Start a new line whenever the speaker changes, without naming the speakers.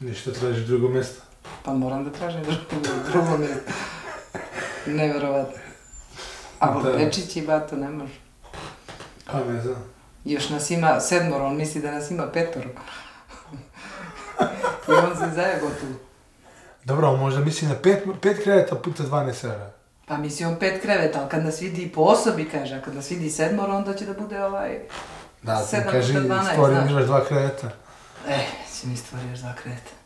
Ništa tražiš drugo mjesto.
Pa moram da tražim drugo, drugo mjesto. Neverovatno. A
Da.
Pečić i Bato ne može.
Pa ne znam.
Još nas ima sedmoro, on misli da nas ima petoro. I on se zajebo tu.
Dobro, ali možda misli na pet, pet kreveta puta 12 evra.
Pa misli on pet kreveta, ali kad nas vidi po osobi, kaže, a kad nas vidi sedmoro, onda će da bude ovaj...
Da, ti
Sedam
kaži,
puta 12,
stvari
znaš.
imaš dva kreveta.
E, će mi eh, stvari još dva kreveta.